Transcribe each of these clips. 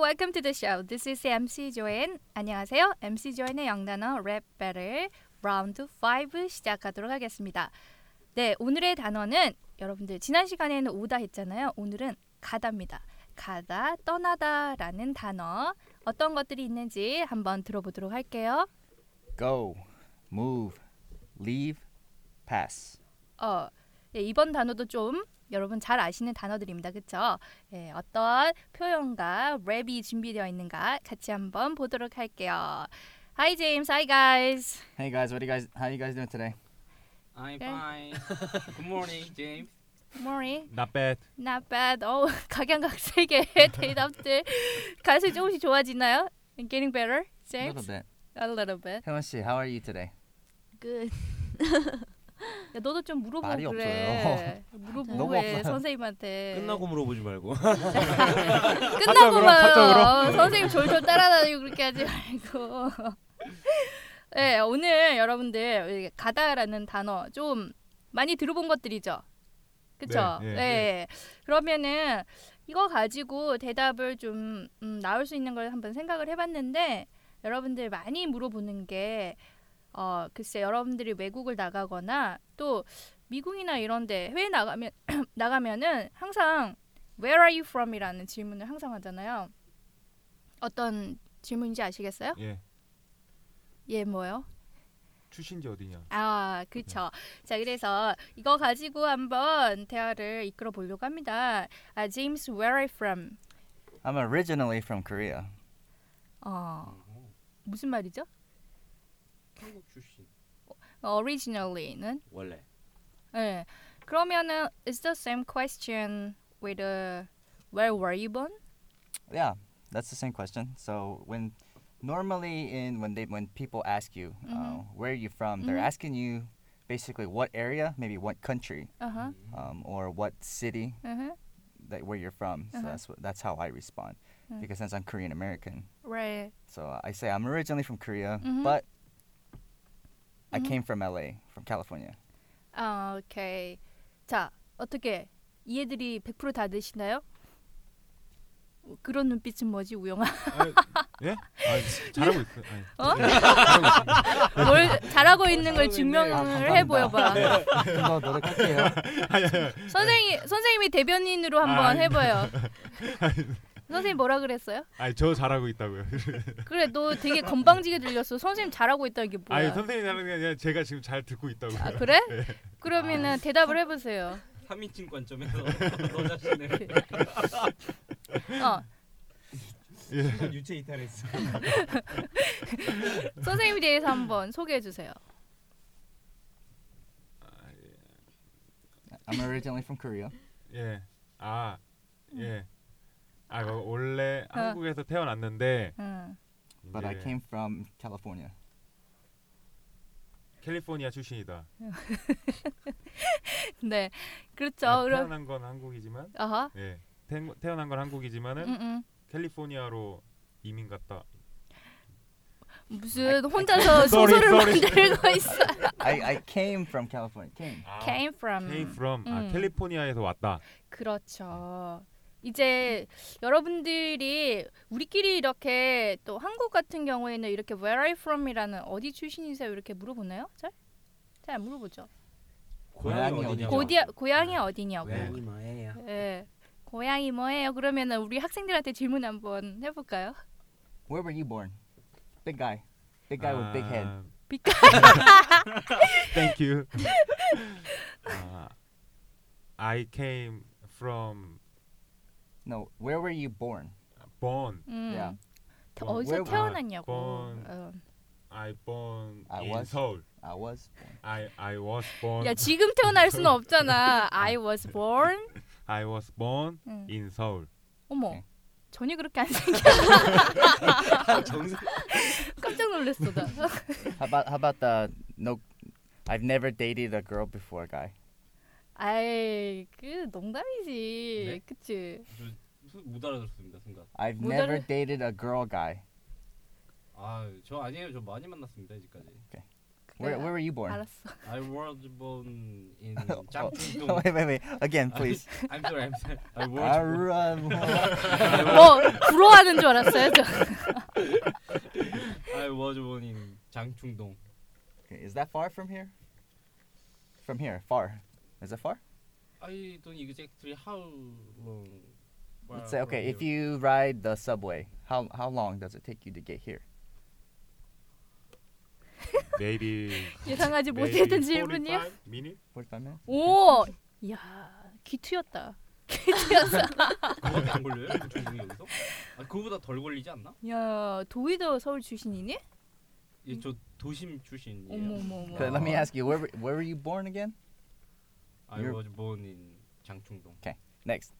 Welcome to the show. This is MC 조엔. 안녕하세요. MC 조엔의 영단어 랩 배틀 라운드 5 시작하도록 하겠습니다. 네, 오늘의 단어는 여러분들 지난 시간에는 오다 했잖아요. 오늘은 가다입니다. 가다, 떠나다라는 단어. 어떤 것들이 있는지 한번 들어보도록 할게요. go, move, leave, pass. 어, 예, 이번 단어도 좀 여러분 잘 아시는 단어들입니다. 그렇죠? 예, 어떤 표현과 랩이 준비되어 있는가 같이 한번 보도록 할게요. Hi James, hi guys. Hey guys, what do you guys? How you guys doing today? I'm Okay. fine. Good morning, James. Good morning. Not bad. Not bad. 어, 각양각색의 대답들. 가수 조금씩 좋아지나요? Getting better, A little James. bit. A little bit. 혜원 씨, how are you today? Good. 야, 너도 좀 물어보고 말이 그래. 물어보고 너무 해 없어요. 선생님한테. 끝나고 물어보지 말고. 끝나고 그럼, 가자, 봐요. 선생님 졸졸 따라다니고 그렇게 하지 말고. 네, 오늘 여러분들 우리 가다라는 단어 좀 많이 들어본 것들이죠. 그렇죠? 네, 네, 네, 그러면은 이거 가지고 대답을 좀 음, 나올 수 있는 걸 한번 생각을 해봤는데 여러분들 많이 물어보는 게 어, 글쎄 여러분들이 외국을 나가거나 또 미국이나 이런데 해외 나가면 나가면은 항상 Where are you from?이라는 질문을 항상 하잖아요. 어떤 질문인지 아시겠어요? 예. 예, 뭐요? 출신지 어디냐. 아, 그렇죠. 자, 그래서 이거 가지고 한번 대화를 이끌어 보려고 합니다. 아, James, where are you from? I'm originally from Korea. 어, 무슨 말이죠? 음. 한국 출신. 어, Originally는? 원래. 예. 그러면은 it's the same question with uh, where were you born? Yeah, that's the same question. So when normally in when they when people ask you uh, Mhm. where are you from, they're Mhm. asking you basically what area, maybe what country, Uh-huh. 음. um, or what city Uh-huh. that where you're from. So Uh-huh. that's what, that's how I respond Mm. because since I'm Korean American, Right. so uh, I say I'm originally from Korea, Mhm. but I Mhm. came from LA, from California. 아, 오케이. 자, 어떻게 이해들이 100%다 되시나요? 어, 그런 눈빛은 뭐지, 우영아? 예? 아, 잘하고 있고. 아니, 어? 네, 잘하고 있습니다. 뭘 잘하고 있는 걸 잘하고 있네. 아, 증명을 해 보여 봐. 더 노력할게요. 선생님, 선생님이 대변인으로 한번 아니. 해 보여. 선생님 뭐라 그랬어요? 아니, 저 잘하고 있다고요. 그래, 너 되게 건방지게 들렸어. 선생님 잘하고 있다 이게 아니, 뭐야? 선생님이 하는 게 아니라 제가 지금 잘 듣고 있다고요. 예. 아, 그래? 아, 그러면은 대답을 해 보세요. 3인칭 관점에서 너 네. 자신을 어, 예. 유체 이탈했어. 선생님에 대해서 한번 소개해 주세요. I'm originally from Korea. 예. 아, 음. 예. 아, 그 원래 어. 한국에서 태어났는데 응. But I 이제 came from California. 캘리포니아 출신이다. 네. 그렇죠. 아, 그럼 태어난 건 한국이지만 어허. 예. 태, 태어난 건 한국이지만은 음, 음. 캘리포니아로 이민 갔다. 무슨 혼자서 아, Sorry, 소설을 sorry. 만들고 있어. I, I came from California. Came. 아, Came from. came from 아, 음. 캘리포니아에서 왔다. 그렇죠. 이제 여러분들이 우리끼리 이렇게 또 한국 같은 경우에는 이렇게 where are you from이라는 어디 출신이세요 이렇게 물어보나요? 잘? 잘 안 물어보죠. 고향이 어디냐? 고디 고향이 어디냐고. 네. 뭐예요? 예. 고향이 뭐예요? 그러면은 우리 학생들한테 질문 한번 해볼까요? Where were you born? Big guy. Big guy with big head. 아, 비카 Thank you. 아, I came from No, where were you born? born. 음. Yeah. 태- 번- 어디서 왜- 태어났냐고. 번- 어. I born I in was. Seoul. I was born. I I was born. 야 지금 태어날 수는 없잖아. I was born. I was born 응. in Seoul. 어머 네. 전혀 그렇게 안 생겨 정상. 깜짝 놀랐어 나 How about how about the no? I've never dated a girl before, guy. 아이 그 농담이지 네? 그치 수- 못 알아들었습니다 순간. I've Well, never that- dated a girl, guy. 아, 아저 아니에요. 저 많이 만났습니다 이제까지. Where 그래, where were you born? 알았어. I was born in Oh, 짬뽕동. wait, wait, wait. Again, please. I'm sorry, I'm sorry. I 아, was born. Aramo- 뭐 부러워하는 줄 알았어요. 저. I was born in 장충동. Is that far from here? From here, far. Is it far? I don't exactly how long. Let's say okay, if you ride the subway, how how long does it take you to get here? maybe 예상하지 maybe 못했던 뭐 질문이요. 45 minute? 45 minutes? 오, 이야 귀트였다. 귀트였어. 그거밖에 안 걸려요? 장충동 여기서? 아, 그거보다 덜 걸리지 않나? 야 도희도 서울 출신이니? 예, 저 도심 출신이에요. 어머 어머 어머. Okay, let me ask you, where were, where were you born again? I You're- was born in 장충동. Next,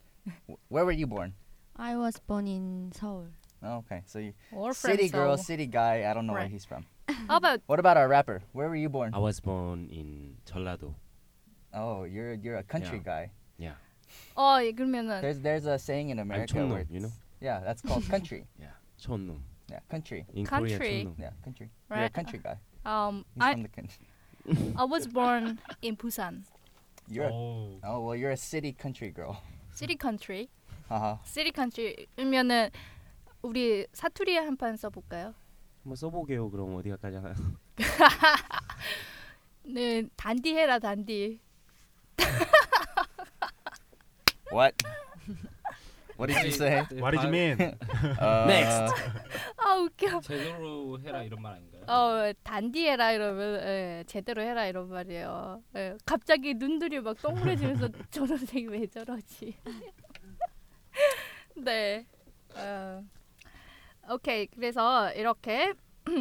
Wh- where were you born? I was born in 서울. Oh, okay, so you All city friends girl, are- city guy. I don't know where Right. he's from. How about What about our rapper? Where were you born? I was born in 전라도. Oh, you're you're a country guy. Yeah. 어 예, 그러면은 There's there's a saying in I'm America where 촌놈, you know? it's- yeah, that's called country. Yeah. 촌놈. Yeah, country. In Country. Korea 촌놈. Yeah, country. You're a Right. country guy. um He's I from the country. I was born in Busan, You're a, 오. oh well, you're a city country girl. Uh-huh. city country. Haha. city country면은 우리 사투리 한 판 써볼까요? 한번 써보게요. 그럼 어디까지 하나? 네 단디 해라 단디. what? what did you say? What did you mean? Uh, Next. 아 웃겨. 제대로 해라 이런 말 아닌가요? 어 단디 해라 이러면 예, 제대로 해라 이런 말이에요. 예, 갑자기 눈들이 막 동그래지면서 저 선생님 왜 저러지? 네. 어, 오케이 그래서 이렇게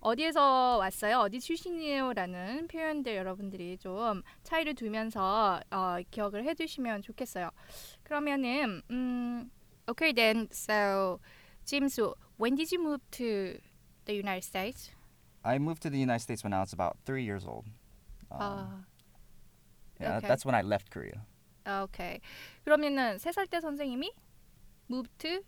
어디에서 왔어요? 어디 출신이에요라는 표현들 여러분들이 좀 차이를 두면서 어, 기억을 해주시면 좋겠어요. 그러면은 음, okay then so James, when did you move to the United States? I moved to the United States when I was about three years old. Um, 아, yeah, Ah, okay. that's when I left Korea. 아, 오케이. 그러면은 세 살 때 선생님이 moved to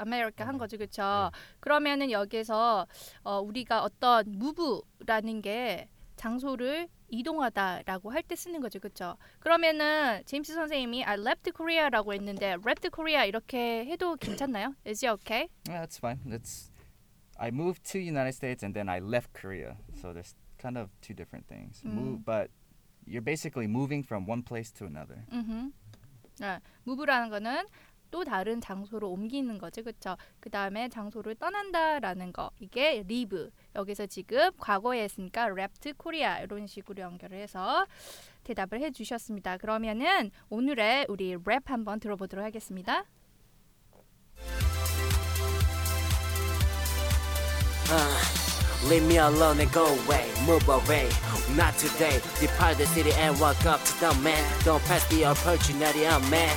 America 한 거죠, 그렇죠? 그러면은 여기에서 어, 우리가 어떤 move라는 게 장소를 이동하다라고 할 때 쓰는 거죠, 그렇죠? 그러면은 제임스 선생님이 I left Korea라고 했는데 left Korea 이렇게 해도 괜찮나요? Is it okay? Yeah, that's fine. That's I moved to United States and then I left Korea. So there's kind of two different things. Move, but you're basically moving from one place to another. 음. 네, move라는 거는 또 다른 장소로 옮기는 거죠, 그렇죠? 그 다음에 장소를 떠난다라는 거 이게 leave. 여기서 지금 과거에 했으니까 left Korea 이런 식으로 연결을 해서 대답을 해주셨습니다. 그러면은 오늘의 우리 랩 한번 들어보도록 하겠습니다. Leave me alone and go away, move away. Not today. Depart the city and walk up to the man. Don't pass the opportunity, I'm man.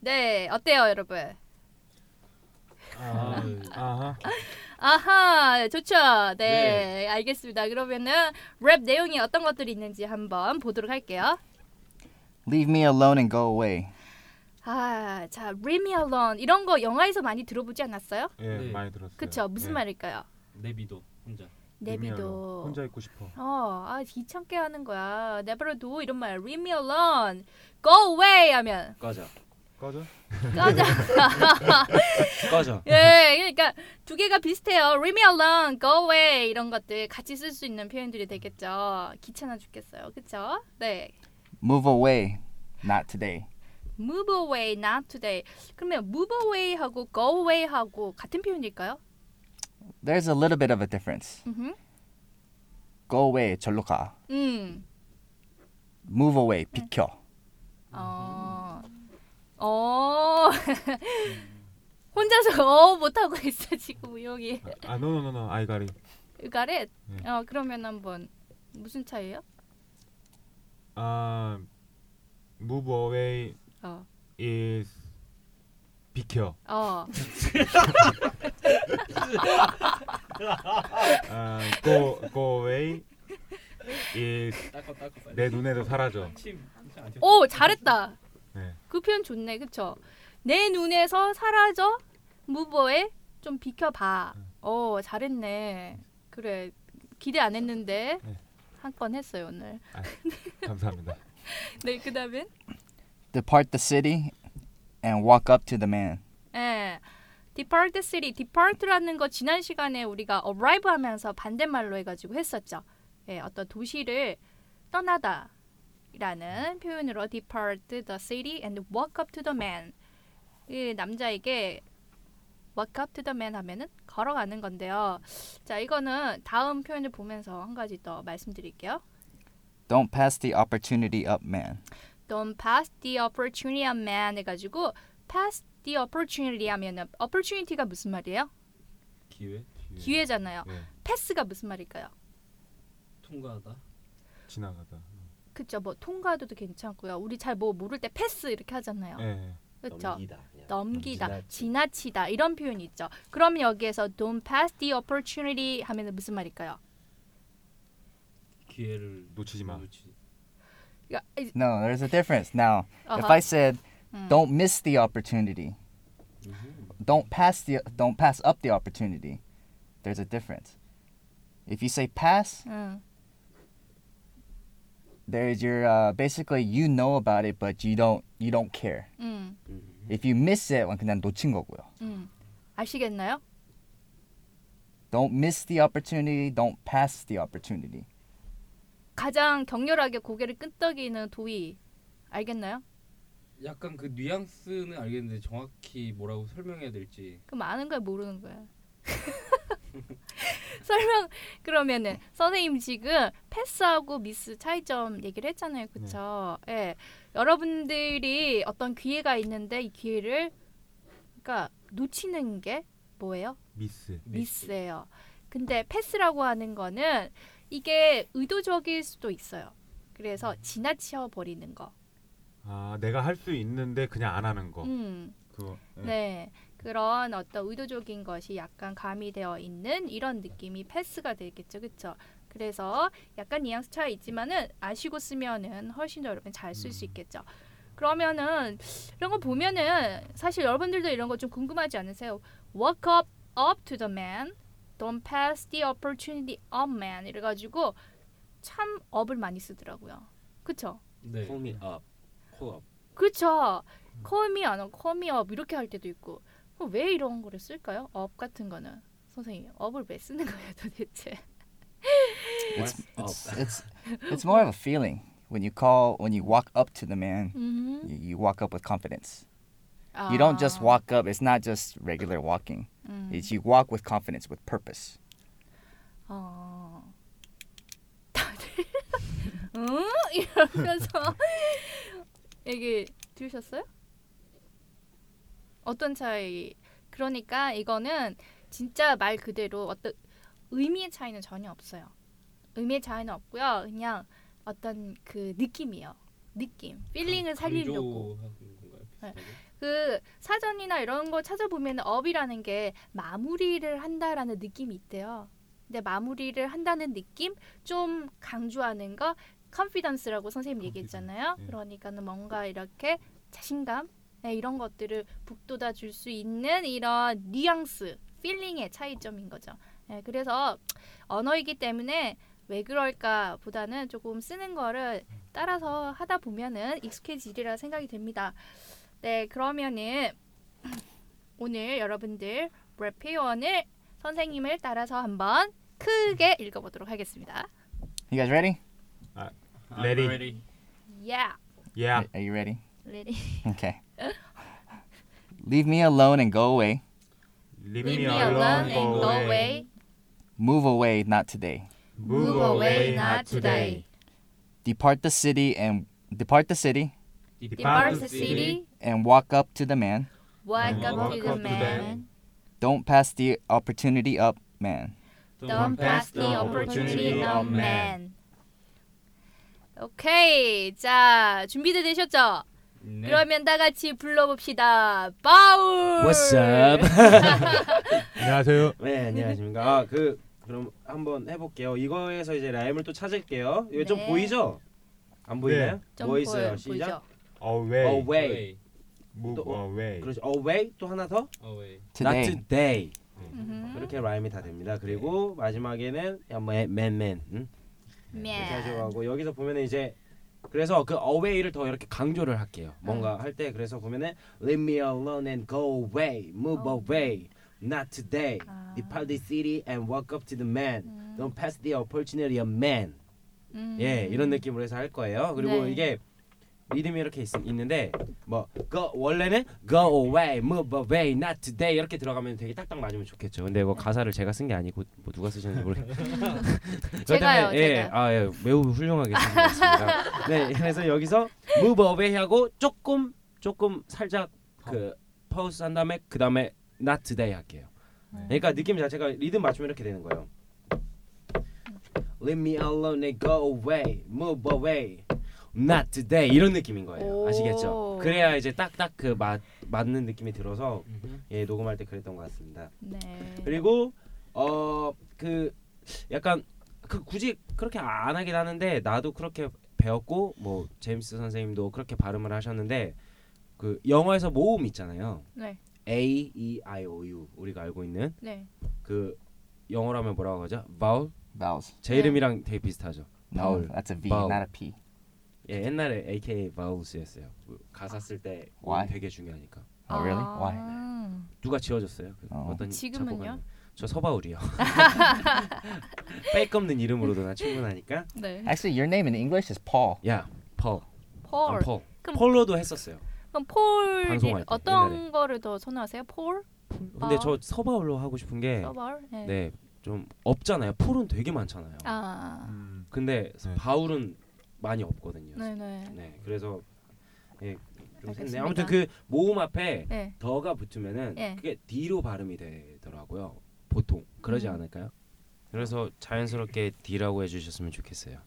네, 어때요, 여러분? 아, 아하. 아하, 좋죠. 네, 네. 알겠습니다. 그러면은 랩 내용이 어떤 것들이 있는지 한번 보도록 할게요. Leave me alone and go away. 아, 자, Leave Me Alone 이런 거 영화에서 많이 들어보지 않았어요? 예, 네. 많이 들었어요. 그쵸? 무슨 예. 말일까요? 내비도 혼자. 의미 내비도. 알로. 혼자 있고 싶어. 어, 아 귀찮게 하는 거야. 내버려둬 이런 말. Leave me alone. Go away 하면 꺼져. 꺼져. 꺼져. 꺼져. 예, 그러니까 두 개가 비슷해요. Leave me alone, go away 이런 것들 같이 쓸 수 있는 표현들이 되겠죠. 귀찮아 죽겠어요. 그쵸? 네. Move away. Not today. Move away, not today. 그러면 move away 하고 go away 하고 같은 표현일까요? There's a little bit of a difference. 음, Go away, 절로 가. 음. Move away, 비켜. 어. 어. 혼자서 어 못하고 있어 지금 우영이. 아, 노노노노. 아이가리. 가렛. 네. 어 그러면 한번 무슨 차이예요? 아, move away 어. is 비켜. 어. 아, go go away is 닦아 닦아 빨리. 내 눈에서 사라져. 침. 침안 튀었어. 오 잘했다. 네. 그 표현 좋네, 그쵸? 내 눈에서 사라져 네. 무버에 좀 비켜봐. 어 잘했네. 그래 기대 안 했는데 네. 한 건 했어요 오늘. 감사합니다. 네 그다음엔 Depart the city and walk up to the man. 예. depart the city, depart라는 거 지난 시간에 우리가 arrive 하면서 반대말로 해가지고 했었죠. 예, 어떤 도시를 떠나다라는 표현으로 depart the city and walk up to the man. 이 남자에게 walk up to the man 하면은 걸어가는 건데요. 자, 이거는 다음 표현을 보면서 한 가지 더 말씀드릴게요. Don't pass the opportunity up man. Don't pass the opportunity on man 해가지고 pass the opportunity 하면은 opportunity가 무슨 말이에요? 기회 기회잖아요. 예, 패스가 무슨 말일까요? 통과하다. 지나가다. 그쵸 뭐 통과도도 괜찮고요. 우리 잘 뭐 모를 때 패스 이렇게 하잖아요. 예, 그쵸 넘기다. 그냥. 넘기다, 지나치- 지나치다 이런 표현이 있죠. 그럼 여기에서 don't pass the opportunity 하면 무슨 말일까요? 기회를 놓치지 마. 놓치지. 야, 그러니까 이- No, there's a difference. Now, if 어허. I said don't miss the opportunity, don't pass the don't pass up the opportunity, there's a difference. If you say pass, 응. there's your uh, basically you know about it but you don't you don't care. 음, If you miss it, 그냥 놓친 거고요. 음. 아시겠나요? Don't miss the opportunity. Don't pass the opportunity. 가장 격렬하게 고개를 끄덕이는 도의 알겠나요? 약간 그 뉘앙스는 알겠는데 정확히 뭐라고 설명해야 될지 그럼 아는 거야 모르는 거야? 설명 그러면은 선생님 지금 패스하고 미스 차이점 얘기를 했잖아요, 네. 그렇죠? 예, 여러분들이 어떤 기회가 있는데 이 기회를 그러니까 놓치는 게 뭐예요? 미스. 미스예요. 근데 패스라고 하는 거는 이게 의도적일 수도 있어요. 그래서 지나쳐 버리는 거. 아, 내가 할 수 있는데 그냥 안 하는 거. 음. 그거. 예. 네. 그런 어떤 의도적인 것이 약간 가미되어 있는 이런 느낌이 패스가 되겠죠. 그렇죠? 그래서 약간 뉘앙스 차이 있지만은 아시고 쓰면은 훨씬 더 여러분 잘 쓸 수 있겠죠. 그러면은 이런 거 보면은 사실 여러분들도 이런 거 좀 궁금하지 않으세요? Walk up up to the man, don't pass the opportunity up man 이래 가지고 참 up을 많이 쓰더라고요. 그렇죠? 네. 폼이 업. 코앞 그렇죠. 음. 콤이 안 하고 콤이 업 이렇게 할 때도 있고 그럼 왜 이런 거를 쓸까요? 업 같은 거는 선생님 업을 왜 쓰는 거예요 도대체? It's 업. it's, it's it's more of a feeling when you call when you walk up to the man. 음. You, you walk up with confidence. 아. You don't just walk up. It's not just regular walking. 음. It's you walk with confidence, with purpose. 어. 다들 응 이러면서 얘기 들으셨어요? 어떤 차이? 그러니까 이거는 진짜 말 그대로 어떤 의미의 차이는 전혀 없어요. 의미의 차이는 없고요. 그냥 어떤 그 느낌이요. 느낌, 필링을 살리려고. 강조하는 건가요? 비슷하게? 그 사전이나 이런 거 찾아보면 업이라는 게 마무리를 한다라는 느낌이 있대요. 근데 마무리를 한다는 느낌 좀 강조하는 거 confidence라고 선생님 얘기했잖아요. 네. 그러니까는 뭔가 이렇게 자신감 네, 이런 것들을 북돋아 줄 수 있는 이런 뉘앙스, 필링의 차이점인 거죠. 네, 그래서 언어이기 때문에 왜 그럴까 보다는 조금 쓰는 거를 따라서 하다 보면은 익숙해지리라 생각이 됩니다. 네, 그러면은 오늘 여러분들 랩회원을 선생님을 따라서 한번 크게 읽어보도록 하겠습니다. You guys ready? Ready. I'm ready. Yeah, Yeah. Are you ready? 레디 Okay. Leave me alone and go away. Leave leave me me alone and go away. away. Move away, not today. Move away, not today. Depart the city and depart the city Depart Depart the city, and walk up to the man. walk and up walk to the up to the man. man. Don't pass the opportunity up, man. Don't pass the opportunity on man. 오케이, 자 준비들 되셨죠? 네. 그러면 다 같이 불러봅시다. 바울. What's up? 안녕하세요. 네 안녕하십니까. 아, 그 그럼 한번 해볼게요. 이거에서 이제 라임을 또 찾을게요. 이거 좀 네. 보이죠? 안 보이나요? 좀 뭐 있어요? 보여, 시작. 보이죠? Away. 어, Away. Move 또- away. 그렇죠. Away 또 하나 더. 어웨이. Today. Not today. 네. 음흠. 이렇게 라임이 다 아, 네. 됩니다. 그리고 마지막에는 한번 맨맨 응? 이렇게 면. 하고 음? 여기서 보면은 이제 그래서 그 away를 더 이렇게 강조를 할게요. 뭔가 음. 할 때 그래서 보면은 leave me alone and go away, move 어. away, not today. 아. Depart the city and walk up to the man. 음. Don't pass the opportunity of man. 음. 예, 이런 느낌으로 해서 할 거예요. 그리고 네. 이게 리듬이 이렇게 있, 있는데 뭐 go, 원래는 go away, move away, not today 이렇게 들어가면 되게 딱딱 맞으면 좋겠죠. 근데 이거 가사를 제가 쓴 게 아니고 뭐 누가 쓰셨는지 모르겠어요. 제가요, 예, 제가요. 아, 예, 매우 훌륭하게 쓰신 것 같습니다. 네, 그래서 여기서 move away 하고 조금 조금 살짝 그 pause 한 다음에 그 다음에 not today 할게요. 네. 그러니까 느낌 자체가 리듬 맞추면 이렇게 되는 거예요. Leave me alone and go away, move away, not today 이런 느낌인 거예요. 오. 아시겠죠? 그래야 이제 딱딱 그 맞 맞는 느낌이 들어서 Mm-hmm. 예 녹음할 때 그랬던 것 같습니다. 네. 그리고 어 그 약간 그 굳이 그렇게 안 하긴 하는데 나도 그렇게 배웠고 뭐 제임스 선생님도 그렇게 발음을 하셨는데 그 영어에서 모음 있잖아요. 네. A E I O U 우리가 알고 있는 네. 그 영어로 하면 뭐라고 하죠? 바울? Vowels. 제 네. 이름이랑 되게 비슷하죠. No, Vowel. that's a V, Vowel. not a P. 예, 옛날에 AKA 바울스였어요. 그 가사 쓸때 음, Why? 되게 중요하니까. Oh, really? 아. Why? 누가 지어줬어요? 그 어. 어. 떤 지금은요? 저 서바울이요. 백 없는 이름으로도 나 충분하니까. 네. Actually, your name in English is Paul. 야, 펄. 폴. 펄. 그럼- 폴로도 했었어요. 그럼 폴 방송할 때, 어떤 옛날에. 거를 더 선호하세요? 폴? 근데 저 서바울로 하고 싶은 게 아. 서벌? 네. 네. 좀 없잖아요. 폴은 되게 많잖아요. 아. 근데 네. 바울은 많이 없거든요. 네, 네. 네, 그래서 예, 좀 했네. 알겠습니다. 아무튼 그 모음 앞에 네. 더가 붙으면은 예. 그게 D로 발음이 되더라고요. 보통 그러지 음. 않을까요? 그래서 자연스럽게 D라고 해주셨으면 좋겠어요.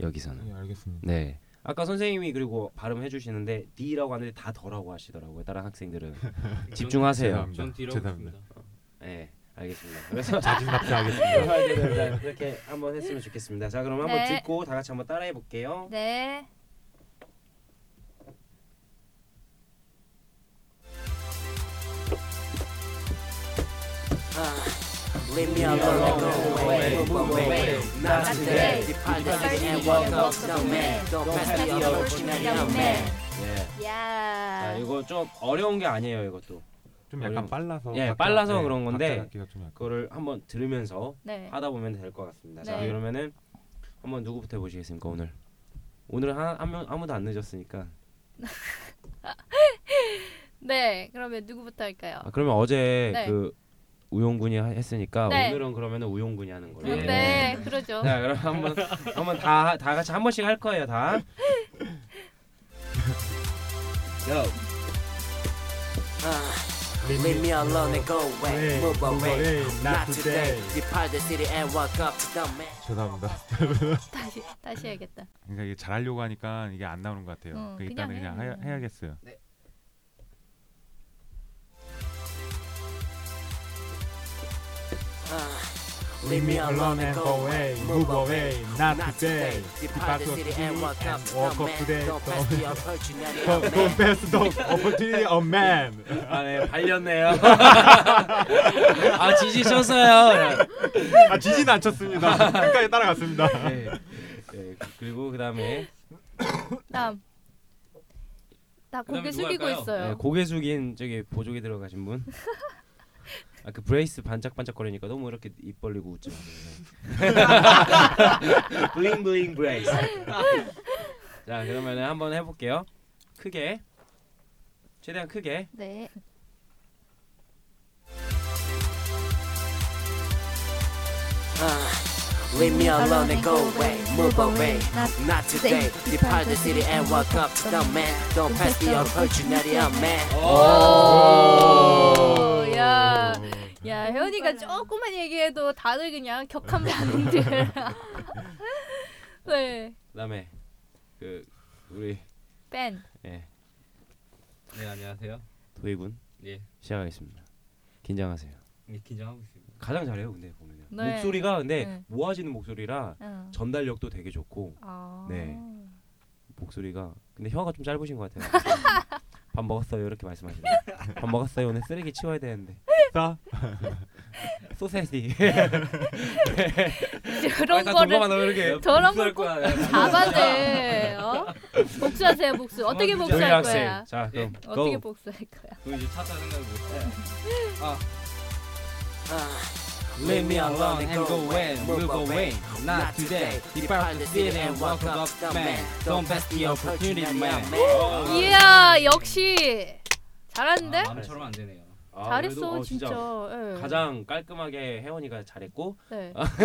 여기서는 예, 알겠습니다. 네. 아까 선생님이 그리고 발음해 주시는데 D라고 하는데 다 더라고 하시더라고요. 다른 학생들은 집중하세요. 죄송합니다. 전 뒤라고 아, 죄송합니다. 했습니다. 네, 알겠습니다. 그래서 자진납세하겠습니다. 그렇게 한번 했으면 좋겠습니다. 자, 그럼 한번 네. 듣고 다 같이 한번 따라해 볼게요. 네. Leave me alone and go away, 네. 네. move away, not today. Depart the city and walk up to the man. Don't pass the opportunity of man. 예. 자, 야. 이거 좀 어려운 게 아니에요, 이것도. 좀 약간 어려운- 빨라서 예, 각자- 빨라서 예, 그런 건데. 각자 악기가 좀 약간 그거를 한번 들으면서 네. 하다 보면 될 것 같습니다. 자 네. 그러면은 한번 누구부터 해보시겠습니까 오늘? 오늘 한한명 아무도 안 늦었으니까. 네. 그러면 누구부터 할까요? 아, 그러면 어제 네. 그 우용군이 하- 했으니까 네. 오늘은 그러면은 우용군이 하는 걸로. 네, 네. 그러죠. 자 그럼 한번 한번 다 다 같이 한 번씩 할 거예요 다. 요. Leave me alone and go away, move away, not today. Depart the city and walk up to the man. 죄송합니다. 다시 다시 해야겠다. 그러니까 이게 잘하려고 하니까 이게 안 나오는 것 같아요. 어, 그러니까 그냥 일단은 그냥 해요. 해야, 해야겠어요. Leave me alone and go away, move away, not today. Depart the city and walk up to the man. Don't pass the opportunity of man. Don't pass the opportunity of man. 아네 발렸네요. 아 지지셨어요. 아 지진 안 쳤습니다. 끝까지 따라갔습니다. 네. 네. 그리고 그다음에 다음. 나 고개 그다음에 누가 숙이고 할까요? 있어요. 네, 고개 숙인 저기 보조개 들어가신 분. 아 그 브레이스 반짝반짝거리니까 너무 이렇게 입 벌리고 웃지 마세요. 블링 블링 브레이스. 자 그러면은 한번 해볼게요. 크게 최대한 크게. 네. Leave me alone and go away, move away, not today. Depart the city and walk up to the man. Don't pass the opportunity of man. 오, 야. 야, 혜원이가 조금만 얘기해도 다들 그냥 격한 반응들. 네. 그다음에 그 우리 뺀. 예, 네 안녕하세요. 도희군 예, 시작하겠습니다. 긴장하세요. 예, 긴장하고 있습니다. 가장 잘해요 근데 보면 네. 목소리가 근데 네. 모아지는 목소리라 응. 전달력도 되게 좋고 아. 네. 목소리가 근데 혀가 좀 짧으신 것 같아요. 밥 먹었어요 이렇게 말씀하시네요. 밥 먹었어요. 오늘 쓰레기 치워야 되는데. 싸? 소세지. 그런 거를 너 이렇게. 네, 저런 예, 복수할 걸 거야. 잡아내. 어? 복수하세요, 복수. 어떻게 어, 복수할 거야? 네. 자 그럼 어떻게 고. 복수할 거야? 너그 이제 찾아 생각 못해. 네. Leave me alone and go away, move away, not today. Depart the city and walk up the man. Don't pass the opportunity, man. 이야, 역시 잘하는데? 아, 남처럼 안 되네요. 아, 잘했어, 그래도, 어, 진짜. 예. 가장 깔끔하게 혜원이가 잘했고 네. 아, 네,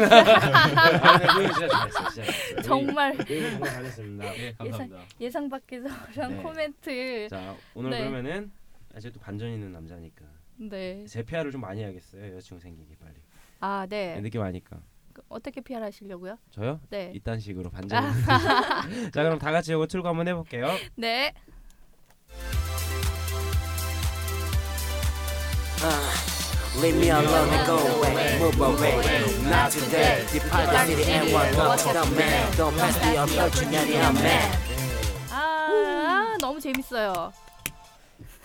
우리 진짜 잘했어, 진짜 잘했어. 정말 네. 우리, 우리 정말 잘했습니다. 예, 감사합니다. 예상 밖에서 그런 네. 코멘트. 자 오늘 네. 그러면은 아직도 반전 있는 남자니까 네. 제피아를 좀 많이 해야겠어요. 여자친구 생기기 빨리. 아, 네. 느낌 아니까. 그 어떻게 PR 하시려고요? 저요? 네. 이딴 식으로 반전. 자 그럼 다 같이 이거 틀고 한번 해볼게요. 네. Leave me alone and go away, move away, not today. Depart the city and walk up to the man. Don't pass the opportunity, man. 아, 너무 재밌어요.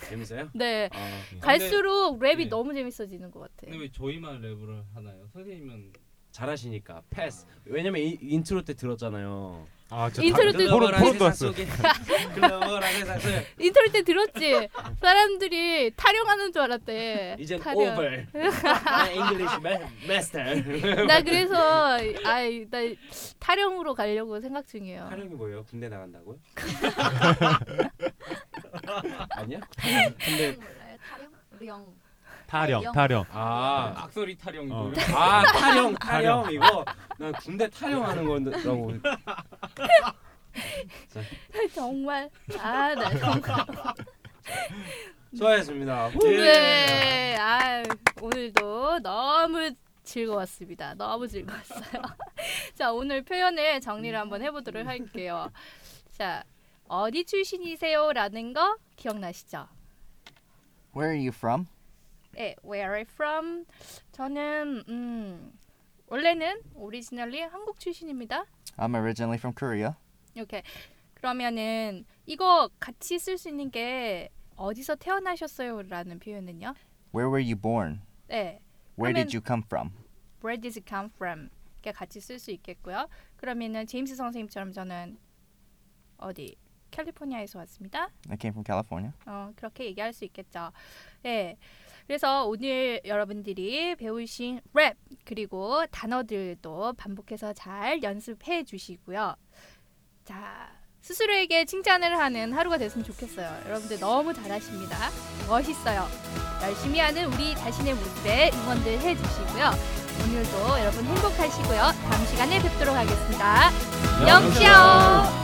재밌어요? 네. 아, 예. 갈수록 랩이 네. 너무 재밌어지는 것 같아. 근데 왜 저희만 랩을 하나요? 선생님은 잘하시니까 패스. 왜냐면 이, 인트로 때 들었잖아요. 아, 진짜 인트로 다- 때- 포로- 포로도 왔어. 글로벌한 세상 속에 인터넷 때 들었지? 사람들이 타령하는 줄 알았대. 이젠 타령. over. 나 English ma- master. 나 그래서 아이 나 타령으로 가려고 생각 중이에요. 타령이 뭐예요? 군대 나간다고요? 아니야? 근데 몰라요. 타령? 령. 타령, 타령. 아. 각설이 타령 어. 어. 아 타령 타령 이거 난 군대 타령하는 건다고 정말 아 나 정말 좋아했습니다. 예. 네. 아 오늘도 너무 즐거웠습니다. 너무 즐거웠어요. 자 오늘 표현을 정리를 한번 해보도록 할게요. 자 어디 출신이세요라는 거 기억나시죠? Where are you from? 네, where are you from? 저는 음, 원래는 오리지널리 한국 출신입니다. I'm originally from Korea. 이렇게 그러면은 이거 같이 쓸 수 있는 게 어디서 태어나셨어요라는 표현은요. Where were you born? 네, Where 그러면- did you come from? where did it come from? 이렇게 같이 쓸 수 있겠고요. 그러면은 제임스 선생님처럼 저는 어디 캘리포니아에서 왔습니다. I came from California. 어, 그렇게 얘기할 수 있겠죠. 예. 그래서 오늘 여러분들이 배우신 랩 그리고 단어들도 반복해서 잘 연습해 주시고요. 자, 스스로에게 칭찬을 하는 하루가 됐으면 좋겠어요. 여러분들 너무 잘하십니다. 멋있어요. 열심히 하는 우리 자신의 모습에 응원들 해 주시고요. 오늘도 여러분 행복하시고요. 다음 시간에 뵙도록 하겠습니다. 영쇼!